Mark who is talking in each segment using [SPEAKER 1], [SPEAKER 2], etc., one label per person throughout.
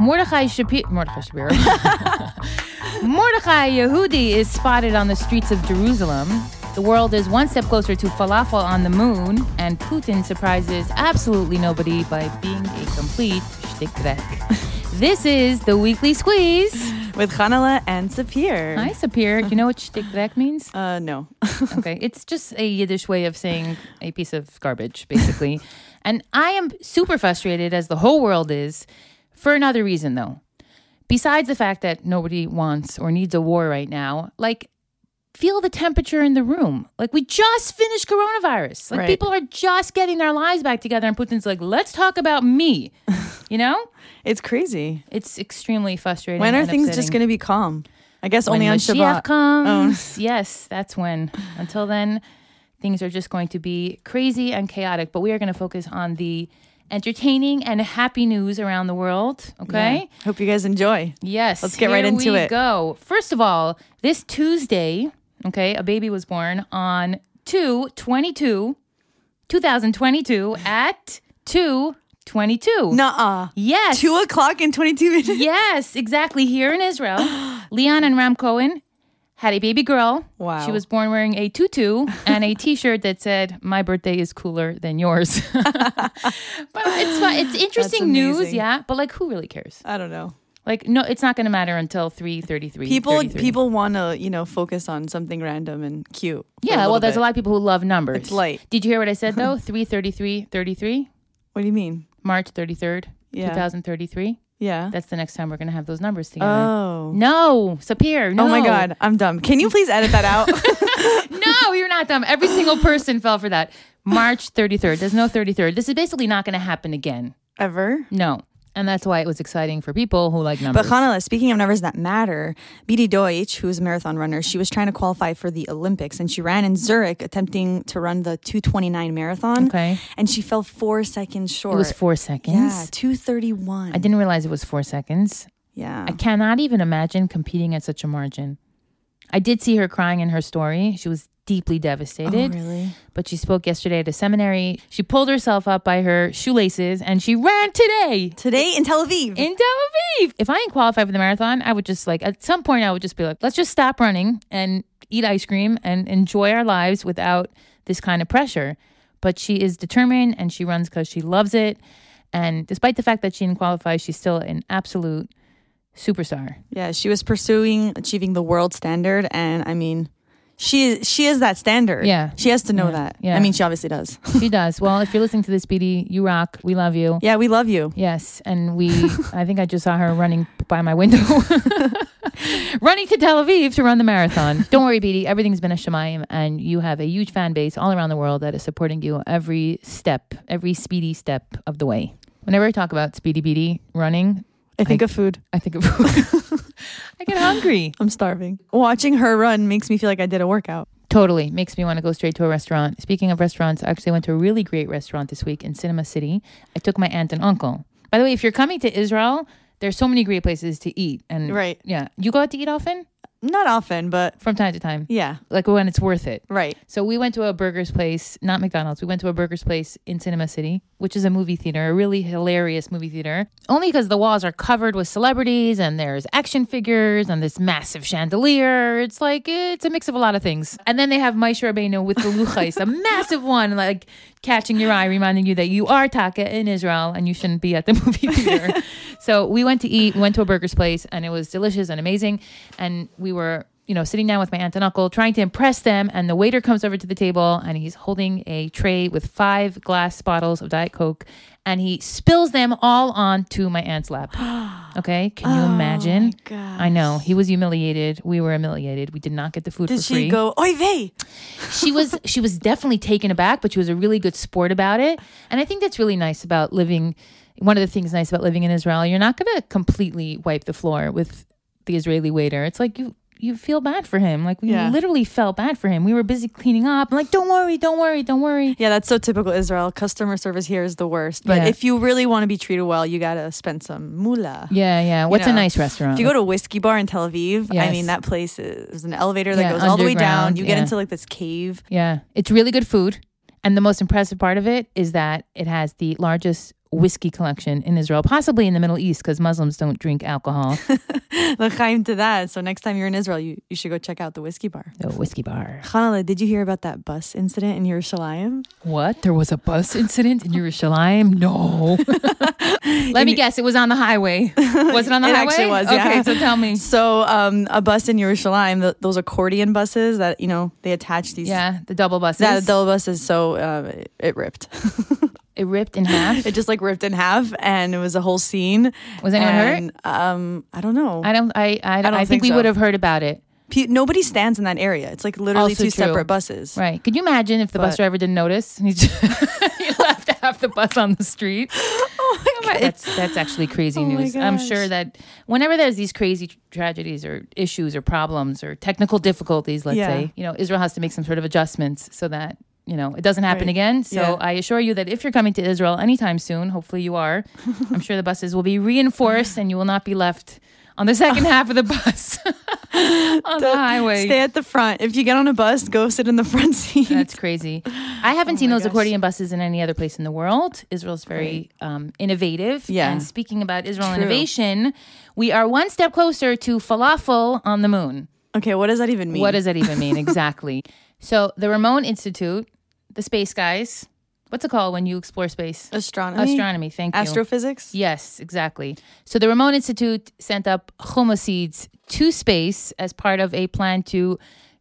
[SPEAKER 1] Mordechai Shapiro. Mordechai Shapiro. Mordechai Yehudi is spotted on the streets of Jerusalem. The world is one step closer to falafel on the moon, and Putin surprises absolutely nobody by being a complete shtickdreck. this is the weekly squeeze.
[SPEAKER 2] with Hanala and Sapir.
[SPEAKER 1] Hi, Sapir. You know what shtickdreck means?
[SPEAKER 2] Uh, no.
[SPEAKER 1] Okay, it's just a Yiddish way of saying a piece of garbage, basically. and I am super frustrated, as the whole world is, for another reason, though. Besides the fact that nobody wants or needs a war right now, like, feel the temperature in the room. Like, we just finished coronavirus. Like,
[SPEAKER 2] Right.
[SPEAKER 1] people are just getting their lives back together, and Putin's like, let's talk about me. You know?
[SPEAKER 2] it's crazy.
[SPEAKER 1] It's extremely frustrating.
[SPEAKER 2] When are
[SPEAKER 1] and
[SPEAKER 2] things
[SPEAKER 1] upsetting
[SPEAKER 2] just going to be calm? I guess only
[SPEAKER 1] when
[SPEAKER 2] on
[SPEAKER 1] Mashiach
[SPEAKER 2] Shabbat. Oh.
[SPEAKER 1] comes. Yes, that's when. Until then, things are just going to be crazy and chaotic. But we are going to focus on the entertaining and happy news around the world. Okay.
[SPEAKER 2] Yeah. Hope you guys enjoy.
[SPEAKER 1] Yes.
[SPEAKER 2] Let's get right
[SPEAKER 1] here
[SPEAKER 2] into
[SPEAKER 1] we
[SPEAKER 2] it.
[SPEAKER 1] Go. First of all, this Tuesday, okay, a baby was born on 2 22, 2022 at 2 22.
[SPEAKER 2] Nuh-uh.
[SPEAKER 1] Yes.
[SPEAKER 2] Two o'clock and 22 minutes.
[SPEAKER 1] Yes, exactly. Here in Israel, Leon and Ram Cohen had a baby girl.
[SPEAKER 2] Wow.
[SPEAKER 1] She was born wearing a tutu and a t-shirt that said, "My birthday is cooler than yours." but it's fun. it's interesting news,
[SPEAKER 2] amazing.
[SPEAKER 1] yeah. But like, who really cares?
[SPEAKER 2] I don't know.
[SPEAKER 1] Like, no, it's not going to matter until three thirty-three.
[SPEAKER 2] People people want to, you know, focus on something random and cute. for
[SPEAKER 1] Yeah, well,
[SPEAKER 2] little
[SPEAKER 1] there's
[SPEAKER 2] bit.
[SPEAKER 1] a lot of people who love numbers.
[SPEAKER 2] It's light.
[SPEAKER 1] Did you hear what I said though? Three thirty-three, thirty-three,
[SPEAKER 2] What do you mean?
[SPEAKER 1] March thirty-third,
[SPEAKER 2] Yeah.
[SPEAKER 1] two thousand thirty-three.
[SPEAKER 2] Yeah.
[SPEAKER 1] That's the next time we're going to have those numbers together.
[SPEAKER 2] oh.
[SPEAKER 1] no, Sapir. No.
[SPEAKER 2] Oh my god, I'm dumb. Can you please edit that out?
[SPEAKER 1] No, you're not dumb. Every single person fell for that. March 33rd. There's no 33rd. This is basically not going to happen again.
[SPEAKER 2] Ever?
[SPEAKER 1] No. And that's why it was exciting for people who like
[SPEAKER 2] But
[SPEAKER 1] numbers.
[SPEAKER 2] Hanala, speaking of numbers that matter, Bidi Deutsch, who's a marathon runner, she was trying to qualify for the Olympics and she ran in Zurich attempting to run the 229 marathon.
[SPEAKER 1] Okay.
[SPEAKER 2] And she fell four seconds short.
[SPEAKER 1] It was four
[SPEAKER 2] Yeah,
[SPEAKER 1] seconds.
[SPEAKER 2] 231.
[SPEAKER 1] I didn't realize it was four seconds.
[SPEAKER 2] Yeah.
[SPEAKER 1] I cannot even imagine competing at such a margin. I did see her crying in her story. She was deeply devastated.
[SPEAKER 2] Oh, really?
[SPEAKER 1] But she spoke yesterday at a seminary. She pulled herself up by her shoelaces and she ran today.
[SPEAKER 2] Today in Tel Aviv.
[SPEAKER 1] in Tel Aviv. If I didn't qualify for the marathon, I would just like at some point I would just be like, let's just stop running and eat ice cream and enjoy our lives without this kind of pressure. But she is determined and she runs because she loves it. And despite the fact that she didn't qualify, she's still an absolute superstar.
[SPEAKER 2] yeah, she was pursuing achieving the world standard and I mean, she is she is that standard.
[SPEAKER 1] Yeah.
[SPEAKER 2] She has to know that.
[SPEAKER 1] yeah.
[SPEAKER 2] I mean, she obviously does.
[SPEAKER 1] She does. Well, if you're listening to this, BD, you rock. We love you.
[SPEAKER 2] yeah, we love you.
[SPEAKER 1] Yes, and we I think I just saw her running by my window. running to Tel Aviv to run the marathon. Don't worry, Beatty, everything's been a Shemayim and you have a huge fan base all around the world that is supporting you every step, every speedy step of the way. Whenever I talk about speedy beady running,
[SPEAKER 2] I think of food.
[SPEAKER 1] I think of I get hungry.
[SPEAKER 2] I'm starving. Watching her run makes me feel like I did a workout.
[SPEAKER 1] Totally. Makes me want to go straight to a restaurant. Speaking of restaurants, I actually went to a really great restaurant this week in Cinema City. I took my aunt and uncle. By the way, if you're coming to Israel, there's so many great places to eat. And
[SPEAKER 2] Right.
[SPEAKER 1] Yeah. You go out to eat often?
[SPEAKER 2] Not often, but
[SPEAKER 1] From time to time.
[SPEAKER 2] yeah.
[SPEAKER 1] Like when it's worth it.
[SPEAKER 2] Right.
[SPEAKER 1] So we went to a burger's place, not McDonald's. We went to a burger's place in Cinema City, which is a movie theater, a really hilarious movie theater. Only because the walls are covered with celebrities and there's action figures and this massive chandelier. It's like it's a mix of a lot of things. And then they have Maisha Rabbeinu with the luchais, a massive one, like catching your eye, reminding you that you are Taka in Israel and you shouldn't be at the movie theater. so we went to eat, went to a burger's place, and it was delicious and amazing. And we were you know, sitting down with my aunt and uncle, trying to impress them. And the waiter comes over to the table and he's holding a tray with five glass bottles of Diet Coke and he spills them all onto my aunt's lap. Okay. Can you
[SPEAKER 2] Oh
[SPEAKER 1] imagine? I know. He was humiliated. We were humiliated. We did not get the food for
[SPEAKER 2] Did
[SPEAKER 1] free
[SPEAKER 2] she go, Oy vey?
[SPEAKER 1] she was she was definitely taken aback, but she was a really good sport about it. And I think that's really nice about living. One of the things nice about living in Israel, you're not going to completely wipe the floor with the Israeli waiter. It's like you you feel bad for him. Like we
[SPEAKER 2] Yeah.
[SPEAKER 1] literally felt bad for him. We were busy cleaning up. I'm like, don't worry, don't worry, don't worry.
[SPEAKER 2] Yeah, that's so typical Israel. Customer service here is the worst. But
[SPEAKER 1] Yeah.
[SPEAKER 2] if you really want to be treated well, you gotta spend some moolah.
[SPEAKER 1] Yeah, yeah. What's a
[SPEAKER 2] know,
[SPEAKER 1] nice restaurant?
[SPEAKER 2] If you go to a whiskey bar in Tel Aviv, I
[SPEAKER 1] Yes.
[SPEAKER 2] mean that place is there's an elevator that
[SPEAKER 1] Yeah,
[SPEAKER 2] goes all the way down.
[SPEAKER 1] underground,
[SPEAKER 2] You get
[SPEAKER 1] yeah.
[SPEAKER 2] into like this cave.
[SPEAKER 1] yeah, it's really good food. And the most impressive part of it is that it has the largest whiskey collection in Israel, possibly in the Middle East, because Muslims don't drink alcohol.
[SPEAKER 2] L'chaim to that. So next time you're in Israel, you, you should go check out the whiskey bar.
[SPEAKER 1] The whiskey bar.
[SPEAKER 2] Khanala, did you hear about that bus incident in Yerushalayim?
[SPEAKER 1] What? There was a bus incident in Yerushalayim? No. Let me guess. It was on the highway. Was it on the
[SPEAKER 2] It
[SPEAKER 1] highway?
[SPEAKER 2] actually was, yeah.
[SPEAKER 1] Okay, so tell me.
[SPEAKER 2] So um, a bus in Yerushalayim, th those accordion buses that, you know, they attach these.
[SPEAKER 1] Yeah, the double buses.
[SPEAKER 2] That double buses, so uh, it, it ripped.
[SPEAKER 1] it ripped in half.
[SPEAKER 2] it just like ripped in half, and it was a whole scene.
[SPEAKER 1] Was anyone hurt?
[SPEAKER 2] and, Um, I don't know.
[SPEAKER 1] I don't. I. I,
[SPEAKER 2] don't
[SPEAKER 1] I think,
[SPEAKER 2] think
[SPEAKER 1] we
[SPEAKER 2] so.
[SPEAKER 1] would have heard about it.
[SPEAKER 2] Pe- nobody stands in that area. It's like literally
[SPEAKER 1] Also
[SPEAKER 2] two
[SPEAKER 1] true.
[SPEAKER 2] separate buses.
[SPEAKER 1] Right. Could you imagine if the bus
[SPEAKER 2] But-
[SPEAKER 1] driver didn't notice and he, just, he left half the bus on the street?
[SPEAKER 2] Oh my God. Oh
[SPEAKER 1] That's that's actually crazy
[SPEAKER 2] my
[SPEAKER 1] news. I'm
[SPEAKER 2] gosh.
[SPEAKER 1] sure that whenever there's these crazy tr- tragedies or issues or problems or technical difficulties, let's
[SPEAKER 2] Yeah.
[SPEAKER 1] say, you know, Israel has to make some sort of adjustments so that you know it doesn't happen
[SPEAKER 2] Right.
[SPEAKER 1] again. So
[SPEAKER 2] Yeah.
[SPEAKER 1] I assure you that if you're coming to Israel anytime soon, hopefully you are, I'm sure the buses will be reinforced and you will not be left on the second half of the bus on the highway.
[SPEAKER 2] Stay at the front. If you get on a bus, go sit in the front seat.
[SPEAKER 1] That's crazy. I haven't seen
[SPEAKER 2] Oh my
[SPEAKER 1] those
[SPEAKER 2] gosh.
[SPEAKER 1] accordion buses in any other place in the world. Israel's very um, innovative.
[SPEAKER 2] Yeah.
[SPEAKER 1] And speaking about Israel
[SPEAKER 2] True.
[SPEAKER 1] innovation, we are one step closer to falafel on the moon.
[SPEAKER 2] okay, what does that even mean?
[SPEAKER 1] What does that even mean exactly? So the Ramon Institute, the space guys, what's it called when you explore space?
[SPEAKER 2] astronomy?
[SPEAKER 1] Astronomy. Thank you.
[SPEAKER 2] Astrophysics?
[SPEAKER 1] Yes, exactly. So the Ramon Institute sent up hummus seeds to space as part of a plan to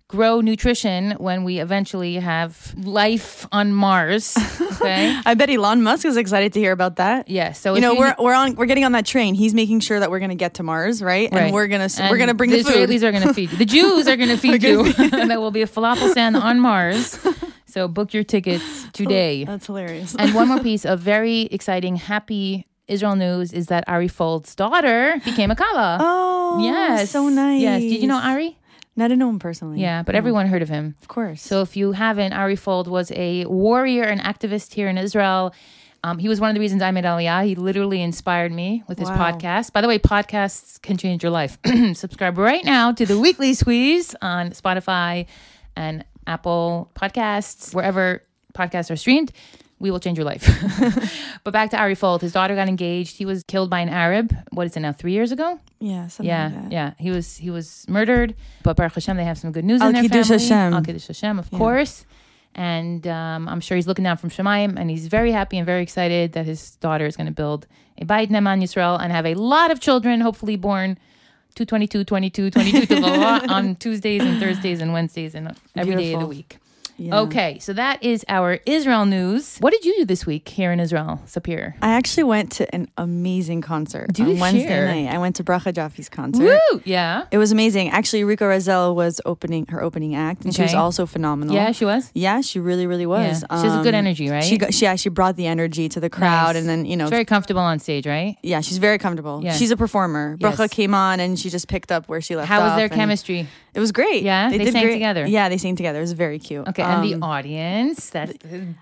[SPEAKER 1] grow nutrition when we eventually have life on Mars. Okay.
[SPEAKER 2] I bet Elon Musk is excited to hear about that.
[SPEAKER 1] yeah. So
[SPEAKER 2] You
[SPEAKER 1] if
[SPEAKER 2] know, we're we're on we're getting on that train. He's making sure that we're going to get to Mars, right?
[SPEAKER 1] Right.
[SPEAKER 2] And we're going to
[SPEAKER 1] And
[SPEAKER 2] we're going to bring
[SPEAKER 1] the
[SPEAKER 2] the food.
[SPEAKER 1] Israelis are going to feed you. The Jews are going to feed you. and there will be a falafel stand on Mars. So book your tickets today.
[SPEAKER 2] Oh, That's hilarious.
[SPEAKER 1] And one more piece of very exciting, happy Israel news is that Ari Fold's daughter became a Kala.
[SPEAKER 2] oh,
[SPEAKER 1] yes.
[SPEAKER 2] so nice.
[SPEAKER 1] Yes. Did you know Ari?
[SPEAKER 2] No, I didn't know him personally.
[SPEAKER 1] Yeah, but everyone heard of him.
[SPEAKER 2] of course.
[SPEAKER 1] So if you haven't, Ari Fold was a warrior and activist here in Israel. Um, he was one of the reasons I made Aliyah. He literally inspired me with his
[SPEAKER 2] Wow.
[SPEAKER 1] podcast. By the way, podcasts can change your life. Subscribe right now to the Weekly Squeeze on Spotify and Apple Podcasts, wherever podcasts are streamed. We will change your life. but back to Ari Fold. His daughter got engaged. He was killed by an Arab. What is it now? Three years ago?
[SPEAKER 2] yeah, something
[SPEAKER 1] Yeah,
[SPEAKER 2] like that.
[SPEAKER 1] yeah. He was he was murdered, but Baruch Hashem, they have some good news in their family.
[SPEAKER 2] Al-Kiddush Hashem.
[SPEAKER 1] Al-Kiddush Hashem, of course. And um, I'm sure he's looking down from Shemayim, and he's very happy and very excited that his daughter is going to build a Beit Neman Yisrael and have a lot of children, hopefully born 222, 22, 22 to blah, blah, on Tuesdays and Thursdays and Wednesdays and every day of the
[SPEAKER 2] Beautiful.
[SPEAKER 1] week.
[SPEAKER 2] Yeah.
[SPEAKER 1] Okay, so that is our Israel news. What did you do this week here in Israel, Sapir?
[SPEAKER 2] I actually went to an amazing concert
[SPEAKER 1] Do
[SPEAKER 2] on Wednesday
[SPEAKER 1] share.
[SPEAKER 2] night. I went to Bracha Jaffe's concert.
[SPEAKER 1] Woo! Yeah.
[SPEAKER 2] It was amazing. Actually, Rico Razel was opening her opening act, and she was
[SPEAKER 1] Okay.
[SPEAKER 2] also phenomenal.
[SPEAKER 1] Yeah, she was.
[SPEAKER 2] Yeah, she really, really
[SPEAKER 1] Yeah.
[SPEAKER 2] was.
[SPEAKER 1] She has a good
[SPEAKER 2] Um,
[SPEAKER 1] energy, right?
[SPEAKER 2] She, got, she yeah, she brought the energy to the crowd,
[SPEAKER 1] Nice.
[SPEAKER 2] and then you know,
[SPEAKER 1] It's very comfortable on stage, right?
[SPEAKER 2] yeah, she's very comfortable.
[SPEAKER 1] Yeah.
[SPEAKER 2] She's a performer.
[SPEAKER 1] Yes.
[SPEAKER 2] Bracha came on, and she just picked up where she left.
[SPEAKER 1] How was
[SPEAKER 2] off,
[SPEAKER 1] their
[SPEAKER 2] and
[SPEAKER 1] chemistry?
[SPEAKER 2] It was great.
[SPEAKER 1] Yeah? They
[SPEAKER 2] did
[SPEAKER 1] sang
[SPEAKER 2] great.
[SPEAKER 1] together?
[SPEAKER 2] Yeah, they sang together. It was very cute.
[SPEAKER 1] Okay,
[SPEAKER 2] Um,
[SPEAKER 1] and the audience. That's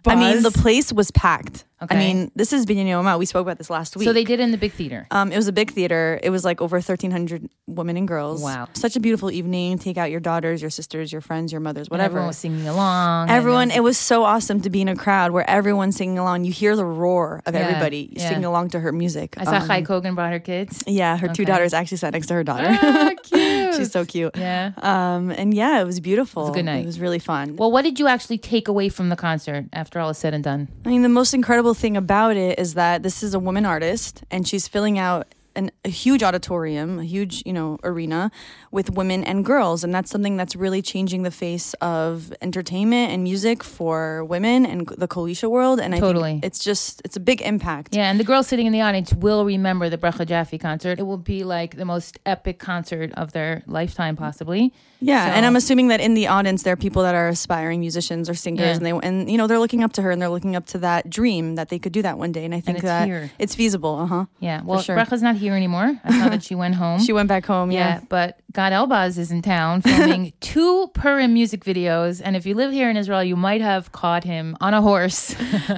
[SPEAKER 2] I mean, the place was packed.
[SPEAKER 1] Okay.
[SPEAKER 2] I mean, this is Binyan Yoma. We spoke about this last week.
[SPEAKER 1] so they did it in the big theater.
[SPEAKER 2] Um, it was a big theater. It was like over 1,300 women and girls.
[SPEAKER 1] Wow.
[SPEAKER 2] Such a beautiful evening. Take out your daughters, your sisters, your friends, your mothers,
[SPEAKER 1] And
[SPEAKER 2] whatever.
[SPEAKER 1] everyone was singing along. and
[SPEAKER 2] Everyone- it was so awesome to be in a crowd where everyone's singing along. You hear the roar of
[SPEAKER 1] Yeah,
[SPEAKER 2] everybody
[SPEAKER 1] yeah.
[SPEAKER 2] singing along to her music.
[SPEAKER 1] I saw
[SPEAKER 2] Um,
[SPEAKER 1] Chai Kogan brought her kids.
[SPEAKER 2] Yeah, her two
[SPEAKER 1] Okay.
[SPEAKER 2] daughters actually sat next to her daughter.
[SPEAKER 1] Ah, cute.
[SPEAKER 2] She's so cute.
[SPEAKER 1] yeah.
[SPEAKER 2] Um, and yeah, it was beautiful. It was
[SPEAKER 1] a good night.
[SPEAKER 2] It was really fun.
[SPEAKER 1] Well, what did you actually take away from the concert after all is said and done?
[SPEAKER 2] I mean, the most incredible thing about it is that this is a woman artist, and she's filling out an, a huge auditorium, a huge you know arena with women and girls, and that's something that's really changing the face of entertainment and music for women and the Kalisha world. And I
[SPEAKER 1] Totally.
[SPEAKER 2] think it's just it's a big impact.
[SPEAKER 1] Yeah, and the girls sitting in the audience will remember the Brecha Jaffe concert. It will be like the most epic concert of their lifetime, possibly.
[SPEAKER 2] Yeah,
[SPEAKER 1] So-
[SPEAKER 2] and I'm assuming that in the audience there are people that are aspiring musicians or singers,
[SPEAKER 1] Yeah.
[SPEAKER 2] and they and you know they're looking up to her and they're looking up to that dream that they could do that one day. And I think
[SPEAKER 1] it's
[SPEAKER 2] that
[SPEAKER 1] here. Mm-hmm.
[SPEAKER 2] it's feasible. Uh huh.
[SPEAKER 1] Yeah. Well,
[SPEAKER 2] sure.
[SPEAKER 1] Brecha's not here anymore. I saw that she went home.
[SPEAKER 2] She went back home.
[SPEAKER 1] Yeah,
[SPEAKER 2] Yeah.
[SPEAKER 1] but God Elbaz is in town filming two Purim music videos. And if you live here in Israel, you might have caught him on a horse.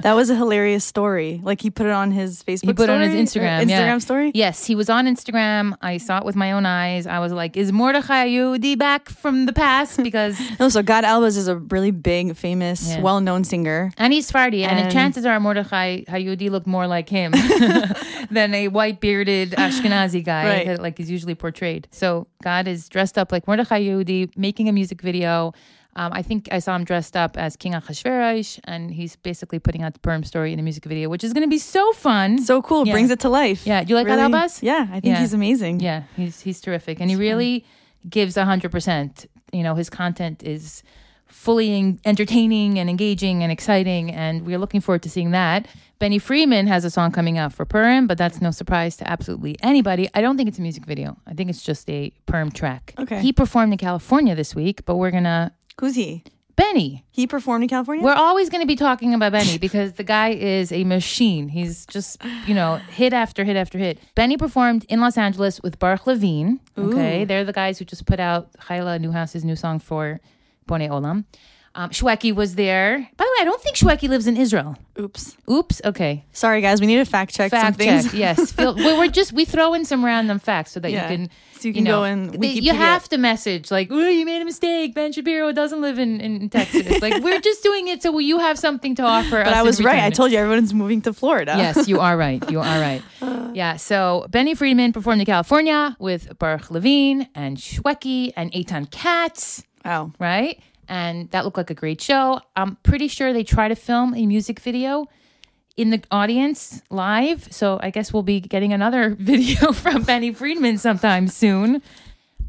[SPEAKER 2] That was a hilarious story. Like he put it on his Facebook.
[SPEAKER 1] He put it on his
[SPEAKER 2] story or
[SPEAKER 1] Instagram.
[SPEAKER 2] Instagram
[SPEAKER 1] yeah.
[SPEAKER 2] story.
[SPEAKER 1] Yes, he was on Instagram. I saw it with my own eyes. I was like, is Mordechai Yehudi back from the past? Because,
[SPEAKER 2] No, so God Albas is a really big, famous,
[SPEAKER 1] Yeah.
[SPEAKER 2] well-known singer.
[SPEAKER 1] and he's Sephardi, and,
[SPEAKER 2] And-
[SPEAKER 1] chances are Mordechai Yehudi looked more like him than a white bearded Ashkenazi guy
[SPEAKER 2] Right.
[SPEAKER 1] that like is usually portrayed. So God is dressed up like Mordechai Yehudi, making a music video. Um, I think I saw him dressed up as King Achashverosh, and he's basically putting out the Purim story in a music video, which is going to be so fun.
[SPEAKER 2] So cool.
[SPEAKER 1] Yeah.
[SPEAKER 2] Brings it to life.
[SPEAKER 1] Yeah, you like
[SPEAKER 2] really,
[SPEAKER 1] Gad Elbaz?
[SPEAKER 2] Yeah, I think
[SPEAKER 1] Yeah.
[SPEAKER 2] he's amazing.
[SPEAKER 1] Yeah, he's he's terrific, and he really gives a hundred percent. You know, his content is fully en- entertaining and engaging and exciting, and we're looking forward to seeing that. Benny Freeman has a song coming out for Purim, but that's no surprise to absolutely anybody. I don't think it's a music video. I think it's just a Purim track.
[SPEAKER 2] Okay.
[SPEAKER 1] He performed in California this week, but we're gonna
[SPEAKER 2] Who's he?
[SPEAKER 1] Benny.
[SPEAKER 2] He performed in California.
[SPEAKER 1] We're always going to be talking about Benny because the guy is a machine. He's just, you know, hit after hit after hit. Benny performed in Los Angeles with Baruch Levine. Okay. They're the guys who just put out Chayla Newhouse's new song for Bone Olam. Um, Shweki was there. By the way, I don't think Shweki lives in Israel.
[SPEAKER 2] Oops.
[SPEAKER 1] Oops. Okay.
[SPEAKER 2] Sorry, guys. We need to fact check some
[SPEAKER 1] Fact
[SPEAKER 2] things.
[SPEAKER 1] check. Yes. Feel, we- we're just, we throw in some random facts so that
[SPEAKER 2] Yeah.
[SPEAKER 1] you can.
[SPEAKER 2] So you can
[SPEAKER 1] know,
[SPEAKER 2] go in
[SPEAKER 1] they- you
[SPEAKER 2] Wikipedia.
[SPEAKER 1] have to message like, "Ooh, you made a mistake. Ben Shapiro doesn't live in, in Texas." like, we're just doing it so you have something to offer.
[SPEAKER 2] But I was right. I told you everyone's moving to Florida.
[SPEAKER 1] yes, you are right. You are right.
[SPEAKER 2] Uh.
[SPEAKER 1] Yeah. So Benny Friedman performed in California with Baruch Levine and Shweki and Eitan Katz,
[SPEAKER 2] Wow.
[SPEAKER 1] right? And that looked like a great show. I'm pretty sure they try to film a music video in the audience live. So I guess we'll be getting another video from Benny Friedman sometime soon.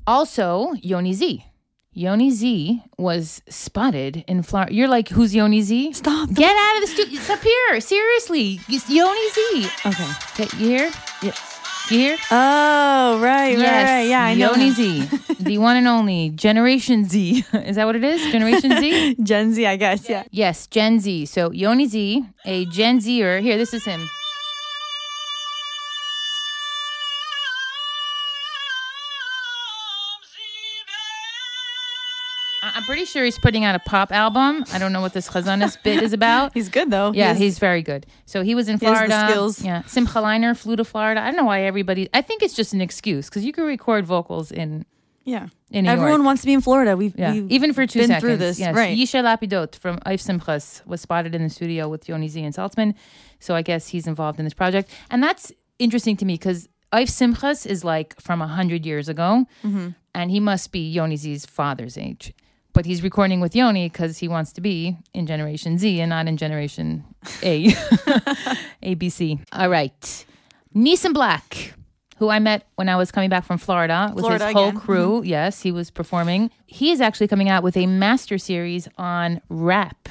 [SPEAKER 1] Also, Yoni Z. Yoni Z was spotted in Florida. You're like, who's Yoni Z?
[SPEAKER 2] Stop.
[SPEAKER 1] Get out of the studio. It's up here. Seriously. It's Yoni Z.
[SPEAKER 2] Okay.
[SPEAKER 1] Okay, you hear?
[SPEAKER 2] Yes.
[SPEAKER 1] You hear?
[SPEAKER 2] Oh right, right, right. Yeah, I know.
[SPEAKER 1] Yoni
[SPEAKER 2] him.
[SPEAKER 1] Z. The one and only Generation Z. Is that what it is? Generation Z?
[SPEAKER 2] Gen Z, I guess. Yeah.
[SPEAKER 1] Yes, Gen Z. So Yoni Z, a Gen Zer. Here, this is him. I- I'm pretty sure he's putting out a pop album. I don't know what this Chazanas bit is about.
[SPEAKER 2] He's good though.
[SPEAKER 1] Yeah,
[SPEAKER 2] He's-
[SPEAKER 1] he's very good. So he was in
[SPEAKER 2] has the
[SPEAKER 1] Florida.
[SPEAKER 2] skills.
[SPEAKER 1] Yeah, Simcha Liner flew to Florida. I don't know why everybody. I think it's just an excuse because you can record vocals in
[SPEAKER 2] yeah.
[SPEAKER 1] in New
[SPEAKER 2] Everyone
[SPEAKER 1] York.
[SPEAKER 2] wants to be in Florida. We've,
[SPEAKER 1] Yeah,
[SPEAKER 2] we've
[SPEAKER 1] even for two
[SPEAKER 2] been
[SPEAKER 1] seconds.
[SPEAKER 2] through this,
[SPEAKER 1] yes.
[SPEAKER 2] right?
[SPEAKER 1] Yisha Lapidot from If Simchas was spotted in the studio with Yoni Z and Saltzman. So I guess he's involved in this project, and that's interesting to me because If Simchas is like from hundred years ago,
[SPEAKER 2] Mm-hmm.
[SPEAKER 1] and he must be Yoni Z's father's age. But he's recording with Yoni because he wants to be in Generation Z and not in Generation A. ABC. All right. Neeson Black, who I met when I was coming back from Florida with
[SPEAKER 2] Florida
[SPEAKER 1] his whole
[SPEAKER 2] again. Mm-hmm.
[SPEAKER 1] crew. Yes, he was performing. He is actually coming out with a master series on rap.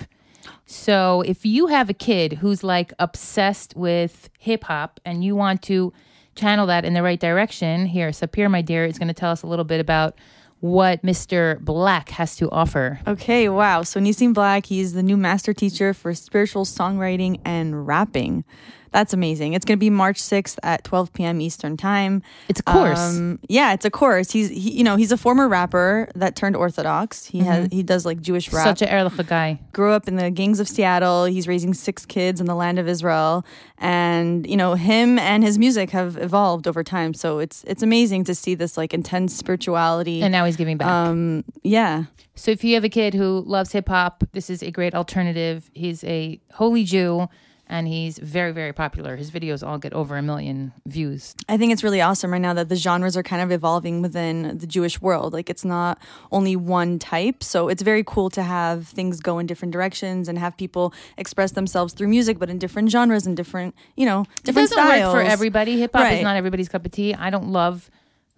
[SPEAKER 1] So if you have a kid who's like obsessed with hip hop and you want to channel that in the right direction, here, Sapir, my dear, is going to tell us a little bit about what Mr. Black has to offer.
[SPEAKER 2] Okay, wow. So Nissim Black, he's the new master teacher for spiritual songwriting and rapping. That's amazing. It's going to be March 6th at 12 p.m. Eastern Time. Um,
[SPEAKER 1] It's a course.
[SPEAKER 2] yeah, it's a course. He's he, you know, he's a former rapper that turned orthodox. He has he does like Jewish rap
[SPEAKER 1] Mm-hmm. Such a Erlich guy.
[SPEAKER 2] grew up in the gangs of Seattle. He's raising six kids in the land of Israel, and you know him and his music have evolved over time. So it's it's amazing to see this like intense spirituality.
[SPEAKER 1] And now he's giving back.
[SPEAKER 2] um, yeah,
[SPEAKER 1] So if you have a kid who loves hip hop, this is a great alternative. He's a holy Jew and he's very, very popular. His videos all get over a million views.
[SPEAKER 2] I think it's really awesome right now that the genres are kind of evolving within the Jewish world. Like it's not only one type. So it's very cool to have things go in different directions and have people express themselves through music, but in different genres and different, you know, different
[SPEAKER 1] it doesn't
[SPEAKER 2] styles.
[SPEAKER 1] work for everybody. Hip hop is
[SPEAKER 2] Right.
[SPEAKER 1] not everybody's cup of tea. I don't love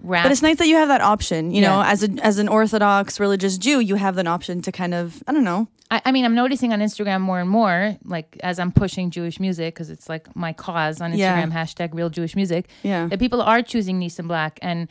[SPEAKER 1] rap.
[SPEAKER 2] But it's nice that you have that option. You know,
[SPEAKER 1] Yeah.
[SPEAKER 2] as a, as an Orthodox religious Jew, you have an option to kind of I don't know.
[SPEAKER 1] I, I mean, I'm noticing on Instagram more and more, like as I'm pushing Jewish music, because it's like my cause on Instagram,
[SPEAKER 2] Yeah.
[SPEAKER 1] hashtag real Jewish music,
[SPEAKER 2] Yeah.
[SPEAKER 1] that people are choosing Neeson Black. And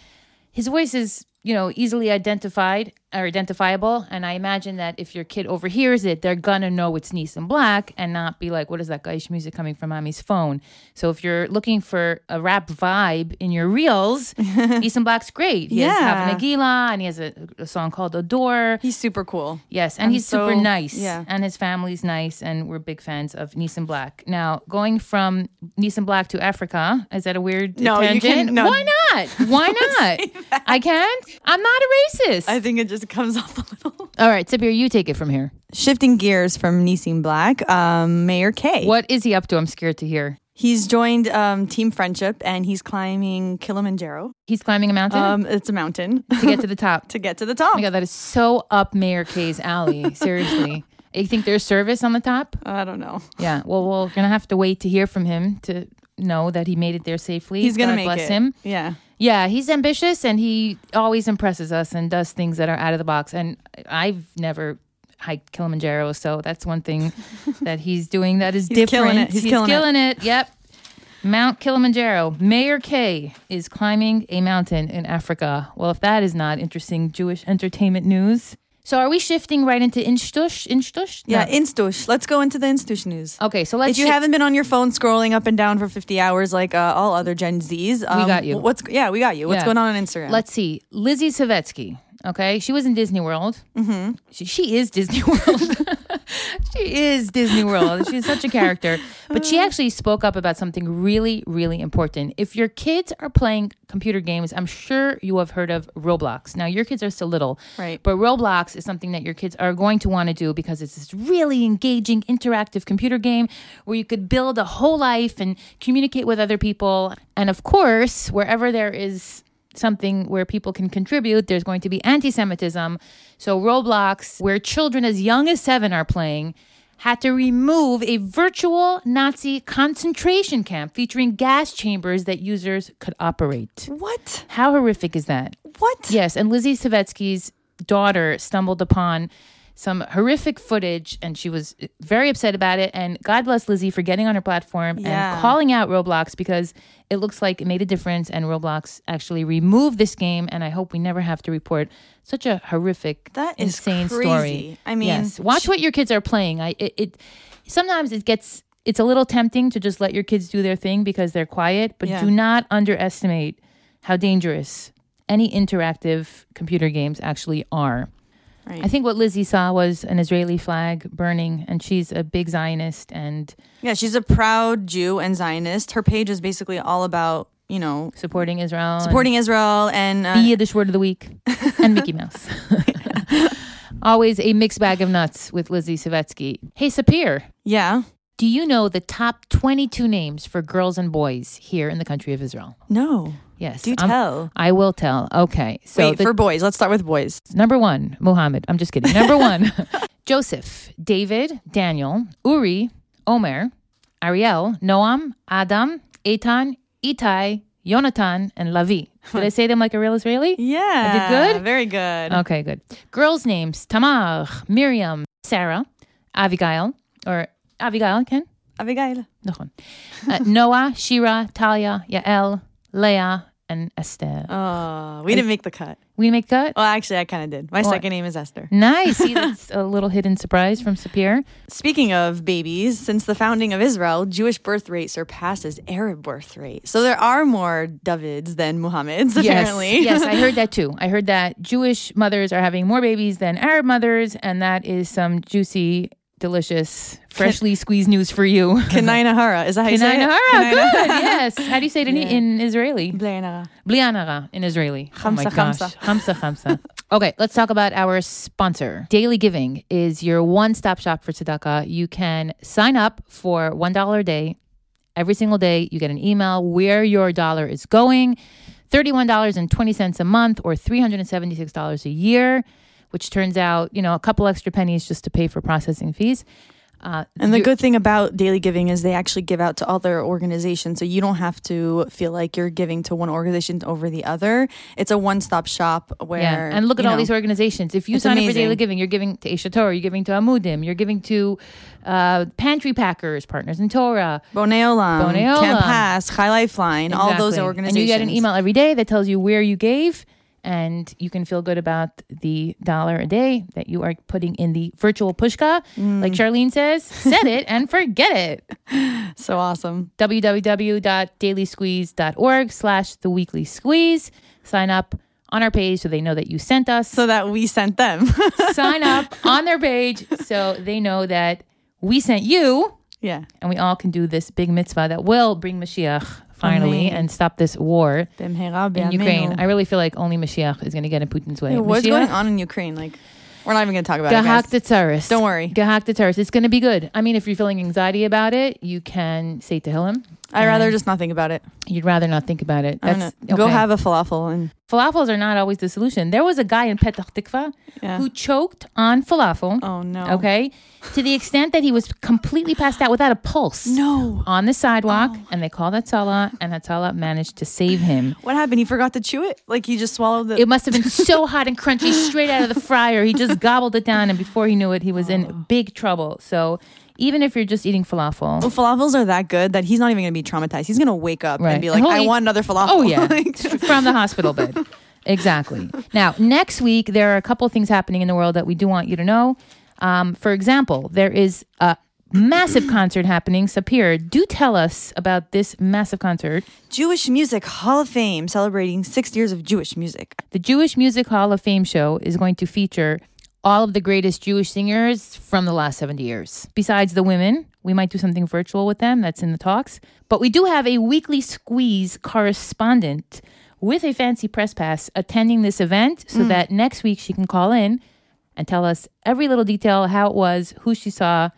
[SPEAKER 1] his voice is you know, easily identified or identifiable. And I imagine that if your kid overhears it, they're gonna know it's Niece and Black and not be like, what is that Geish music coming from mommy's phone? So if you're looking for a rap vibe in your reels, Niece and Black's great. He has
[SPEAKER 2] Yeah.
[SPEAKER 1] Havana Gila and he has a, a song called Adore.
[SPEAKER 2] He's super cool.
[SPEAKER 1] Yes, and
[SPEAKER 2] I'm
[SPEAKER 1] he's super
[SPEAKER 2] so-
[SPEAKER 1] nice.
[SPEAKER 2] yeah.
[SPEAKER 1] And his family's nice, and we're big fans of Neeson Black. Now, going from Neeson Black to Africa, is that a weird
[SPEAKER 2] No, you
[SPEAKER 1] tangent?
[SPEAKER 2] can't- no.
[SPEAKER 1] Why not? Why not? I can't? I'm not a racist.
[SPEAKER 2] I think it just comes off a little.
[SPEAKER 1] All right, Sabir, you take it from here.
[SPEAKER 2] Shifting gears from Nissim Black, um, Mayor K.
[SPEAKER 1] What is he up to? I'm scared to hear.
[SPEAKER 2] He's joined um, Team Friendship and he's climbing Kilimanjaro.
[SPEAKER 1] He's climbing a mountain
[SPEAKER 2] Um, it's a mountain
[SPEAKER 1] to get to the top.
[SPEAKER 2] to get to the
[SPEAKER 1] oh
[SPEAKER 2] top.
[SPEAKER 1] my God, that is so up Mayor K's alley. Seriously. You think there's service on the top?
[SPEAKER 2] I don't know.
[SPEAKER 1] Yeah. Well, we're going to have to wait to hear from him to know that he made it there safely.
[SPEAKER 2] He's gonna
[SPEAKER 1] God
[SPEAKER 2] make
[SPEAKER 1] bless
[SPEAKER 2] it.
[SPEAKER 1] him.
[SPEAKER 2] Yeah.
[SPEAKER 1] Yeah, he's ambitious and he always impresses us and does things that are out of the box. And I've never hiked Kilimanjaro, so that's one thing that he's doing that is
[SPEAKER 2] He's
[SPEAKER 1] different.
[SPEAKER 2] killing it. He's killing it.
[SPEAKER 1] it. Yep. Mount Kilimanjaro. Mayor K is climbing a mountain in Africa. Well, if that is not interesting Jewish entertainment news. So are we shifting right into Instush? Instush?
[SPEAKER 2] Yeah.
[SPEAKER 1] No.
[SPEAKER 2] Instush. Let's go into the Instush news.
[SPEAKER 1] okay, so let's
[SPEAKER 2] if you
[SPEAKER 1] shi-
[SPEAKER 2] haven't been on your phone scrolling up and down for 50 hours like uh, all other Gen Zs, um,
[SPEAKER 1] got you.
[SPEAKER 2] What's yeah, we got you. What's
[SPEAKER 1] Yeah.
[SPEAKER 2] going on on Instagram?
[SPEAKER 1] Let's see. Lizzie Savetsky. Okay. She was in Disney World. Mm-hmm. She, she is Disney World. she is Disney World. She's such a character. But she actually spoke up about something really, really important. If your kids are playing computer games, I'm sure you have heard of Roblox. Now, your kids are still little.
[SPEAKER 2] Right.
[SPEAKER 1] But Roblox is something that your kids are going to want to do because it's this really engaging, interactive computer game where you could build a whole life and communicate with other people. And of course, wherever there is something where people can contribute, there's going to be anti Semitism. So, Roblox, where children as young as seven are playing, had to remove a virtual Nazi concentration camp featuring gas chambers that users could operate.
[SPEAKER 2] what?
[SPEAKER 1] How horrific is that?
[SPEAKER 2] What?
[SPEAKER 1] Yes, and Lizzie Savetsky's daughter stumbled upon some horrific footage and she was very upset about it and God bless Lizzie for getting on her platform
[SPEAKER 2] Yeah.
[SPEAKER 1] and calling out Roblox because it looks like it made a difference and Roblox actually removed this game and I hope we never have to report such a horrific
[SPEAKER 2] That is
[SPEAKER 1] insane
[SPEAKER 2] crazy.
[SPEAKER 1] story.
[SPEAKER 2] I mean,
[SPEAKER 1] yes. watch what your kids are playing. I it, it sometimes it gets it's a little tempting to just let your kids do their thing because they're quiet, but
[SPEAKER 2] Yeah.
[SPEAKER 1] do not underestimate how dangerous any interactive computer games actually are.
[SPEAKER 2] Right.
[SPEAKER 1] I think what Lizzie saw was an Israeli flag burning, and she's a big Zionist. And
[SPEAKER 2] Yeah, she's a proud Jew and Zionist. Her page is basically all about, you know,
[SPEAKER 1] supporting Israel. and-
[SPEAKER 2] supporting Israel and
[SPEAKER 1] the
[SPEAKER 2] uh,
[SPEAKER 1] Yiddish word of the week, and Mickey Mouse. Always a mixed bag of nuts with Lizzie Savetsky. Hey, Sapir,
[SPEAKER 2] yeah.
[SPEAKER 1] do you know the top 22 names for girls and boys here in the country of Israel?
[SPEAKER 2] No.
[SPEAKER 1] Yes.
[SPEAKER 2] Do
[SPEAKER 1] I'm-
[SPEAKER 2] tell.
[SPEAKER 1] I will tell. Okay. So
[SPEAKER 2] Wait,
[SPEAKER 1] the-
[SPEAKER 2] for boys. Let's start with boys.
[SPEAKER 1] number one, Muhammad. I'm just kidding. Number one, Joseph, David, Daniel, Uri, Omer, Ariel, Noam, Adam, Eitan, Itai, Yonatan, and Lavi. Did I say them like a real Israeli?
[SPEAKER 2] Yeah.
[SPEAKER 1] good? Um,
[SPEAKER 2] Very good.
[SPEAKER 1] Okay, good. Girls' names Tamar, Miriam, Sarah, Abigail, or Abigail, Ken?
[SPEAKER 2] Abigail.
[SPEAKER 1] Nochon. Uh, Noah, Shira, Talia, Yael, Leah, and Esther. uh,
[SPEAKER 2] Oh, we didn't make the cut.
[SPEAKER 1] We make that?
[SPEAKER 2] Well, actually, I kind of did. My second name is Esther.
[SPEAKER 1] Nice. See, that's a little hidden surprise from Sapir.
[SPEAKER 2] Speaking of babies, since the founding of Israel, Jewish birth rate surpasses Arab birth rate. So there are more Davids than Muhammads, apparently.
[SPEAKER 1] Yes, yes, I heard that too. I heard that Jewish mothers are having more babies than Arab mothers, and that is some juicy, delicious, freshly squeezed news for you.
[SPEAKER 2] Kanai Nahara. Is that how you say it?
[SPEAKER 1] Nahara,
[SPEAKER 2] Kanai
[SPEAKER 1] good. Yes. How do you say it in, in Israeli?
[SPEAKER 2] Nahara.
[SPEAKER 1] Bli Anara in Israeli. oh my
[SPEAKER 2] Hamsa,
[SPEAKER 1] gosh.
[SPEAKER 2] hamsa.
[SPEAKER 1] Hamsa, hamsa. okay, let's talk about our sponsor. Daily Giving is your one stop shop for tzedakah. You can sign up for $1 a day. Every single day, you get an email where your dollar is going $31.20 a month or $376 a year, which turns out, you know, a couple extra pennies just to pay for processing fees. Uh,
[SPEAKER 2] And the good thing about daily giving is they actually give out to other organizations. So you don't have to feel like you're giving to one organization over the other. It's a one stop shop where.
[SPEAKER 1] Yeah, and look at
[SPEAKER 2] you
[SPEAKER 1] all
[SPEAKER 2] know,
[SPEAKER 1] these organizations. If you
[SPEAKER 2] It's
[SPEAKER 1] sign up for
[SPEAKER 2] amazing.
[SPEAKER 1] daily giving, you're giving to Isha Torah, you're giving to Amudim, you're giving to uh, Pantry Packers, Partners in Torah.
[SPEAKER 2] Bonei Olam,
[SPEAKER 1] Bonei Olam.
[SPEAKER 2] Camp Pass, High Lifeline, all those
[SPEAKER 1] Exactly.
[SPEAKER 2] organizations.
[SPEAKER 1] And you get an email every day that tells you where you gave and you can feel good about the dollar a day that you are putting in the virtual pushka.
[SPEAKER 2] Mm.
[SPEAKER 1] Like Charlene says, set it and forget it.
[SPEAKER 2] So awesome.
[SPEAKER 1] www.dailysqueeze.org slash the weekly squeeze. Sign up on our page so they know that you sent us.
[SPEAKER 2] So that we sent them.
[SPEAKER 1] Sign up on their page so they know that we sent you
[SPEAKER 2] yeah.
[SPEAKER 1] and we all can do this big mitzvah that will bring Mashiach finally
[SPEAKER 2] Amen.
[SPEAKER 1] and stop this war in Ukraine. I
[SPEAKER 2] I,
[SPEAKER 1] really feel like only Mashiach is going to get in Putin's way.
[SPEAKER 2] what's
[SPEAKER 1] Mashiach?
[SPEAKER 2] going on in Ukraine? Like, we're not even going to talk about it. guys.
[SPEAKER 1] Gehackt Tsaris.
[SPEAKER 2] Don't worry.
[SPEAKER 1] Gehackt Tsaris. It's going to be good. I mean, if you're feeling anxiety about it, you can say Tehillim.
[SPEAKER 2] I'd rather just not think about it.
[SPEAKER 1] You'd rather not think about it.
[SPEAKER 2] I'm
[SPEAKER 1] That's
[SPEAKER 2] gonna Go
[SPEAKER 1] okay.
[SPEAKER 2] have a falafel and
[SPEAKER 1] falafels are not always the solution. There was a guy in Petah Tikva
[SPEAKER 2] Yeah.
[SPEAKER 1] who choked on falafel.
[SPEAKER 2] oh no.
[SPEAKER 1] Okay, to the extent that he was completely passed out without a pulse.
[SPEAKER 2] No. Oh.
[SPEAKER 1] On the sidewalk, and they called Atala, and Atala managed to save him.
[SPEAKER 2] What happened? He forgot to chew it. Like he just swallowed the.
[SPEAKER 1] It must have been so hot and crunchy straight out of the fryer. He just gobbled it down, and before he knew it, he was
[SPEAKER 2] Oh.
[SPEAKER 1] in big trouble. So, even if you're just eating falafel,
[SPEAKER 2] Well, falafels are that good that he's not even going to be traumatized. He's going to wake up
[SPEAKER 1] Right.
[SPEAKER 2] and be like,
[SPEAKER 1] He'll
[SPEAKER 2] "I
[SPEAKER 1] eat-
[SPEAKER 2] want another falafel."
[SPEAKER 1] oh yeah,
[SPEAKER 2] Like-
[SPEAKER 1] from the hospital bed. Exactly. Now, next week, there are a couple things happening in the world that we do want you to know. Um, for example, there is a massive concert happening. Sapir, do tell us about this massive concert.
[SPEAKER 2] Jewish Music Hall of Fame celebrating six years of Jewish music.
[SPEAKER 1] The Jewish Music Hall of Fame show is going to feature all of the greatest Jewish singers from the last 70 years. Besides the women, we might do something virtual with them, that's in the talks. But we do have a weekly squeeze correspondent with a fancy press pass attending this event so that next week she can call in and tell us every little detail how it was, who she saw,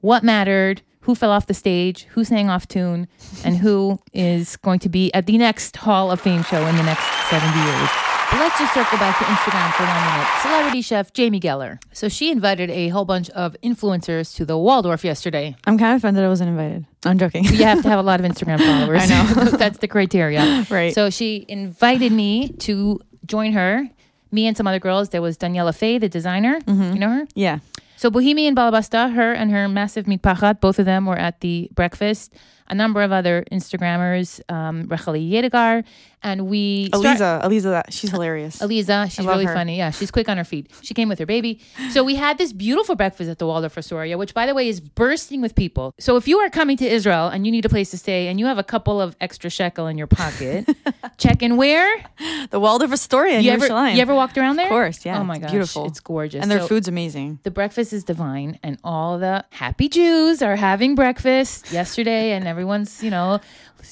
[SPEAKER 1] what mattered, who fell off the stage, who sang off tune, and who is going to be at the next Hall of Fame show in the next 70 years. But let's just circle back to Instagram for one minute. Celebrity chef Jamie Geller. So she invited a whole bunch of influencers to the Waldorf yesterday.
[SPEAKER 2] I'm kind of offended I wasn't invited. I'm joking.
[SPEAKER 1] You have to have a lot of Instagram followers. I know. That's the criteria.
[SPEAKER 2] Right.
[SPEAKER 1] So she invited me to join her. Me and some other girls. There was Daniela Faye, the designer. You know her?
[SPEAKER 2] yeah.
[SPEAKER 1] So Bohemian Balabasta, her and her massive mitpachat, both of them were at the breakfast. A number of other Instagrammers, um, Racheli Yedegar, and we start-
[SPEAKER 2] Aliza, Aliza, that she's hilarious.
[SPEAKER 1] Aliza, she's
[SPEAKER 2] love
[SPEAKER 1] really
[SPEAKER 2] her.
[SPEAKER 1] funny. Yeah, she's quick on her feet. She came with her baby. So we had this beautiful breakfast at the Waldorf Astoria, which, by the way, is bursting with people. So if you are coming to Israel and you need a place to stay and you have a couple of extra shekel in your pocket, check in where?
[SPEAKER 2] the Waldorf Astoria in
[SPEAKER 1] You ever,
[SPEAKER 2] Yerushalayim.
[SPEAKER 1] you ever walked around there?
[SPEAKER 2] Of course, yeah.
[SPEAKER 1] Oh my
[SPEAKER 2] It's
[SPEAKER 1] gosh.
[SPEAKER 2] beautiful.
[SPEAKER 1] It's gorgeous.
[SPEAKER 2] and their
[SPEAKER 1] So-
[SPEAKER 2] food's amazing.
[SPEAKER 1] the breakfast is divine, and all the happy Jews are having breakfast yesterday, and everyone's, you know,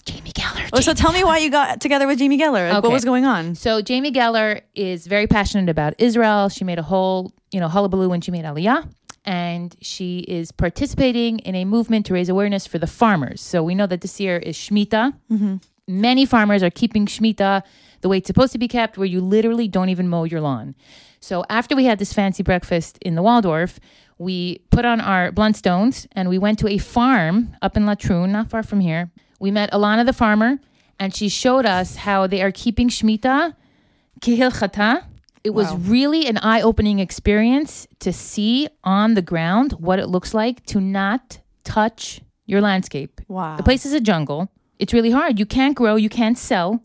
[SPEAKER 1] Jamie Geller.
[SPEAKER 2] Oh, so tell me why you got together with Jamie Geller. Like,
[SPEAKER 1] Okay.
[SPEAKER 2] What was going on?
[SPEAKER 1] So Jamie Geller is very passionate about Israel. She made a whole, you know, hullabaloo when she made Aliyah. And she is participating in a movement to raise awareness for the farmers. So we know that this year is Shemitah. Many farmers are keeping Shemitah the way it's supposed to be kept, where you literally don't even mow your lawn. So after we had this fancy breakfast in the Waldorf, we put on our Bluntstones and we went to a farm up in Latrun, not far from here. We met Alana the farmer, and she showed us how they are keeping Shemitah Kihilchata. It was
[SPEAKER 2] Wow.
[SPEAKER 1] really an eye opening experience to see on the ground what it looks like to not touch your landscape.
[SPEAKER 2] Wow.
[SPEAKER 1] The place is a jungle. It's really hard. You can't grow, you can't sell.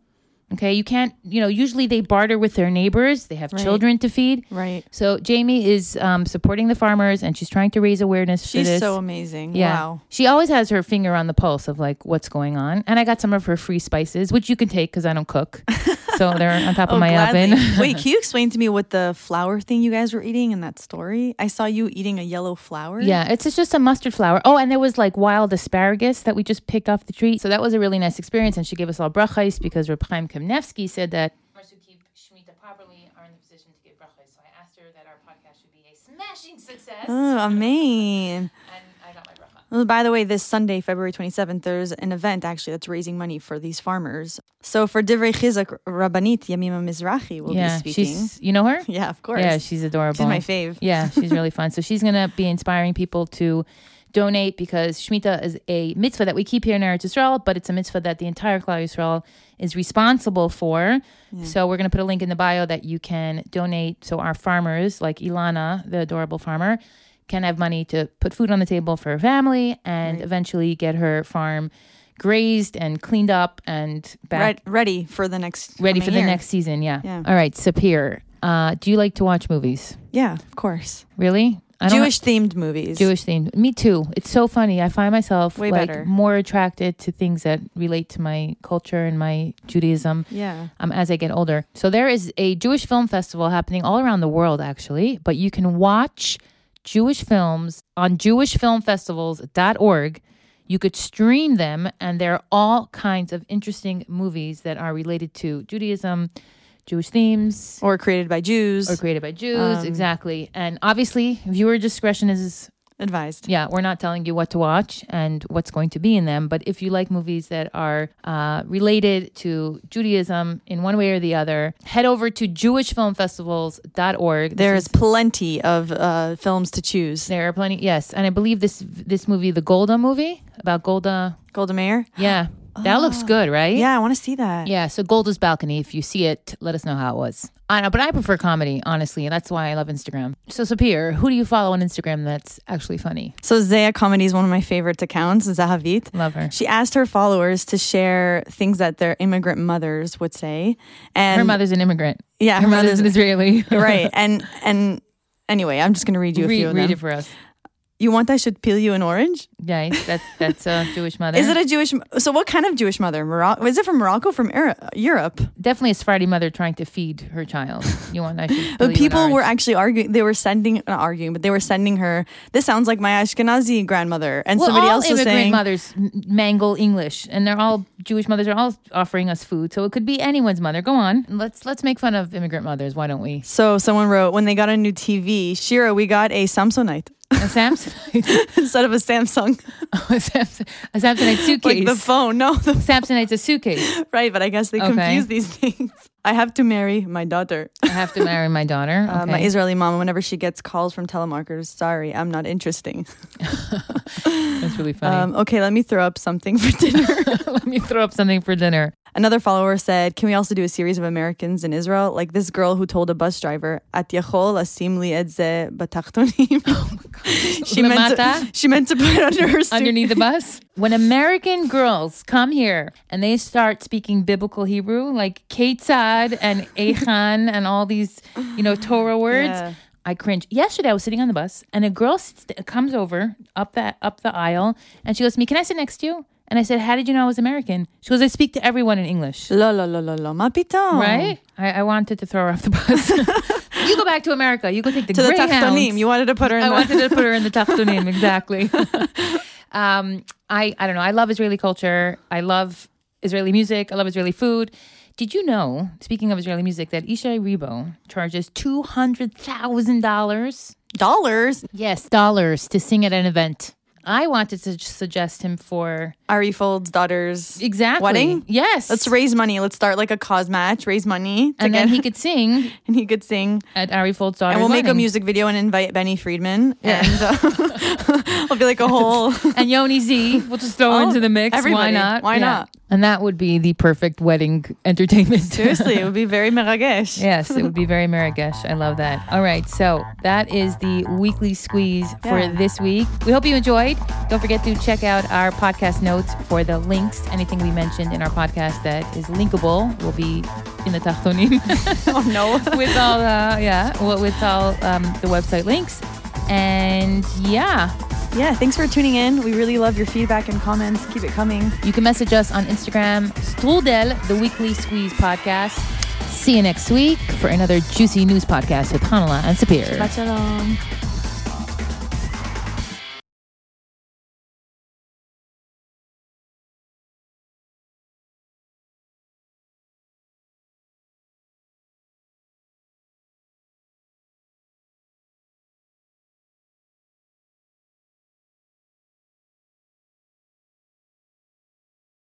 [SPEAKER 1] Okay, you can't, you know, usually they barter with their neighbors, they have children to feed.
[SPEAKER 2] Right.
[SPEAKER 1] So Jamie is um, supporting the farmers and she's trying to raise awareness for
[SPEAKER 2] She's
[SPEAKER 1] this.
[SPEAKER 2] so amazing.
[SPEAKER 1] Yeah.
[SPEAKER 2] Wow.
[SPEAKER 1] She always has her finger on the pulse of like what's going on. And I got some of her free spices, which you can take because I don't cook. so they're on top of my
[SPEAKER 2] Oh, gladly.
[SPEAKER 1] oven.
[SPEAKER 2] Wait, can you explain to me what the flower thing you guys were eating in that story? I saw you eating a yellow flower.
[SPEAKER 1] Yeah, it's just a mustard flower. Oh, and there was like wild asparagus that we just picked off the tree. So that was a really nice experience. And she gave us all brachais because Reb Chaim Kamenevsky said that farmers who keep Shemitah properly are in the position to give brachais. So I asked her that our podcast should be a smashing success.
[SPEAKER 2] Oh,
[SPEAKER 1] And
[SPEAKER 2] amen.
[SPEAKER 1] I got my bracha.
[SPEAKER 2] Well, By the way, this Sunday, February 27th, there's an event actually that's raising money for these farmers. So for Divrei Chizak, Rabbanit Yamima Mizrahi will
[SPEAKER 1] Yeah,
[SPEAKER 2] be speaking.
[SPEAKER 1] she's, you know her?
[SPEAKER 2] yeah, of course.
[SPEAKER 1] Yeah, she's adorable.
[SPEAKER 2] She's my fave.
[SPEAKER 1] Yeah, she's really fun. So she's going to be inspiring people to donate because Shemitah is a mitzvah that we keep here in Eretz Yisrael, but it's a mitzvah that the entire Klal Yisrael is responsible for. So we're going to put a link in the bio that you can donate so our farmers, like Ilana, the adorable farmer, can have money to put food on the table for her family and eventually get her farm grazed and cleaned up and back
[SPEAKER 2] Right, ready for the next.
[SPEAKER 1] ready
[SPEAKER 2] coming
[SPEAKER 1] for the
[SPEAKER 2] year.
[SPEAKER 1] next season. Yeah.
[SPEAKER 2] Yeah.
[SPEAKER 1] All right, Sapir. Uh, do you like to watch movies?
[SPEAKER 2] Yeah, of course.
[SPEAKER 1] Really? I don't
[SPEAKER 2] Jewish themed movies.
[SPEAKER 1] Jewish thing. Me too. It's so funny. I find myself
[SPEAKER 2] Way
[SPEAKER 1] like
[SPEAKER 2] better.
[SPEAKER 1] more attracted to things that relate to my culture and my Judaism
[SPEAKER 2] Yeah.
[SPEAKER 1] um, as I get older. So there is a Jewish film festival happening all around the world, actually, but you can watch Jewish films on jewishfilmfestivals.org. You could stream them, and there are all kinds of interesting movies that are related to Judaism, Jewish themes,
[SPEAKER 2] Or created by Jews.
[SPEAKER 1] or created by
[SPEAKER 2] Um,
[SPEAKER 1] Jews, exactly. And obviously, viewer discretion is
[SPEAKER 2] Advised.
[SPEAKER 1] yeah, we're not telling you what to watch and what's going to be in them. But if you like movies that are uh, related to Judaism in one way or the other, head over to jewishfilmfestivals.org. This
[SPEAKER 2] There
[SPEAKER 1] is-
[SPEAKER 2] is plenty of uh, films to choose.
[SPEAKER 1] there are plenty. Yes, and I believe this this movie, the Golda movie about Golda.
[SPEAKER 2] Golda Meir.
[SPEAKER 1] Yeah, that looks good, right?
[SPEAKER 2] Ah, Yeah, I want to see that.
[SPEAKER 1] Yeah, so Golda's Balcony. If you see it, let us know how it was. I know, but I prefer comedy, honestly, and that's why I love Instagram. So, Sapir, who do you follow on Instagram that's actually funny?
[SPEAKER 2] So Zaya Comedy is one of my favorite accounts, Zahavit.
[SPEAKER 1] Love her.
[SPEAKER 2] She asked her followers to share things that their immigrant mothers would say. And
[SPEAKER 1] Her mother's an immigrant.
[SPEAKER 2] Yeah,
[SPEAKER 1] her mother's an Israeli.
[SPEAKER 2] right. And and anyway, I'm just gonna read you a
[SPEAKER 1] read,
[SPEAKER 2] few of
[SPEAKER 1] read
[SPEAKER 2] them.
[SPEAKER 1] it for us.
[SPEAKER 2] You want I should peel you an orange?
[SPEAKER 1] Yeah, that's that's a Jewish mother.
[SPEAKER 2] Is it a Jewish? So what kind of Jewish mother? Morocco? Is it from Morocco? From Era- Europe?
[SPEAKER 1] Definitely, it's Friday mother trying to feed her child. You want? I should.
[SPEAKER 2] But
[SPEAKER 1] fill you an
[SPEAKER 2] people were
[SPEAKER 1] orange.
[SPEAKER 2] actually arguing. They were sending, not arguing, but they were sending her. This sounds like my Ashkenazi grandmother, and
[SPEAKER 1] Well,
[SPEAKER 2] somebody
[SPEAKER 1] all
[SPEAKER 2] else was
[SPEAKER 1] immigrant
[SPEAKER 2] saying,
[SPEAKER 1] mothers m- mangle English, and they're all Jewish mothers are all offering us food, so it could be anyone's mother. Go on, let's let's make fun of immigrant mothers. Why don't we?
[SPEAKER 2] So someone wrote, when they got a new TV, Shira, we got a Samsonite
[SPEAKER 1] A Samsonite,
[SPEAKER 2] instead of a Samsung,
[SPEAKER 1] a Samson- a Samsonite
[SPEAKER 2] like
[SPEAKER 1] suitcase.
[SPEAKER 2] the phone. No, the,
[SPEAKER 1] Samsonite's a suitcase.
[SPEAKER 2] right. But I guess they
[SPEAKER 1] Okay.
[SPEAKER 2] confuse these things. I have to marry my daughter.
[SPEAKER 1] I have to marry my daughter.
[SPEAKER 2] Uh, my
[SPEAKER 1] Okay.
[SPEAKER 2] Israeli mom, whenever she gets calls from telemarketers, sorry, I'm not interesting.
[SPEAKER 1] that's really funny.
[SPEAKER 2] Um, okay, let me throw up something for dinner.
[SPEAKER 1] Let me throw up something for dinner.
[SPEAKER 2] Another follower said, Can we also do a series of Americans in Israel? Like this girl who told a bus driver, At yachol lasim li et ze batachtonim." she, meant to,
[SPEAKER 1] Oh Lamata?
[SPEAKER 2] she meant to put it under her suit.
[SPEAKER 1] underneath the bus. When American girls come here and they start speaking biblical Hebrew, like Ketzad and Echan and all these, you know, Torah words,
[SPEAKER 2] Yeah.
[SPEAKER 1] I cringe. Yesterday I was sitting on the bus and a girl st- comes over up that up the aisle and she goes to me, "Can I sit next to you?" And I said, "How did you know I was American?" She goes, "I speak to everyone in English."
[SPEAKER 2] Lo, lo, lo, lo, lo, ma pitom.
[SPEAKER 1] Right? I, I wanted to throw her off the bus. you go back to America. You go take the
[SPEAKER 2] To the
[SPEAKER 1] Greyhound.
[SPEAKER 2] tachtonim. You wanted to put her in
[SPEAKER 1] I
[SPEAKER 2] the.
[SPEAKER 1] wanted to put her in the tachtonim exactly. um, I I don't know. I love Israeli culture. I love Israeli music. I love Israeli food. Did you know? Speaking of Israeli music, that Ishai Rebo charges two hundred thousand dollars.
[SPEAKER 2] Dollars?
[SPEAKER 1] Yes, dollars to sing at an event. I wanted to suggest him for
[SPEAKER 2] Ari Fold's daughter's
[SPEAKER 1] exactly
[SPEAKER 2] wedding?
[SPEAKER 1] Yes,
[SPEAKER 2] Let's raise money. Let's start like a cause match, raise money. To
[SPEAKER 1] and
[SPEAKER 2] get,
[SPEAKER 1] then he could sing
[SPEAKER 2] and he could sing.
[SPEAKER 1] at Ari Folds' daughter's
[SPEAKER 2] And we'll make a
[SPEAKER 1] wedding.
[SPEAKER 2] music video and invite Benny Friedman. And uh, it'll be like a whole.
[SPEAKER 1] and Yoni Z. We'll just throw
[SPEAKER 2] Oh,
[SPEAKER 1] into the mix. Why
[SPEAKER 2] everybody.
[SPEAKER 1] not?
[SPEAKER 2] Why not?
[SPEAKER 1] And that would be the perfect wedding entertainment.
[SPEAKER 2] Seriously, it would be very meragesh.
[SPEAKER 1] yes, it would be very Marrakesh. I love that. All right, so that is the weekly squeeze for
[SPEAKER 2] Yeah.
[SPEAKER 1] this week. We hope you enjoyed. Don't forget to check out our podcast notes for the links. Anything we mentioned in our podcast that is linkable will be in the Tachtonim.
[SPEAKER 2] Oh no.
[SPEAKER 1] with all uh, yeah, well, with all um, the website links. And yeah,
[SPEAKER 2] Yeah, thanks for tuning in. We really love your feedback and comments. Keep it coming.
[SPEAKER 1] You can message us on Instagram, Strudel, the weekly squeeze podcast. See you next week for another juicy news podcast with Hanala and Sapir.
[SPEAKER 2] Shabbat shalom.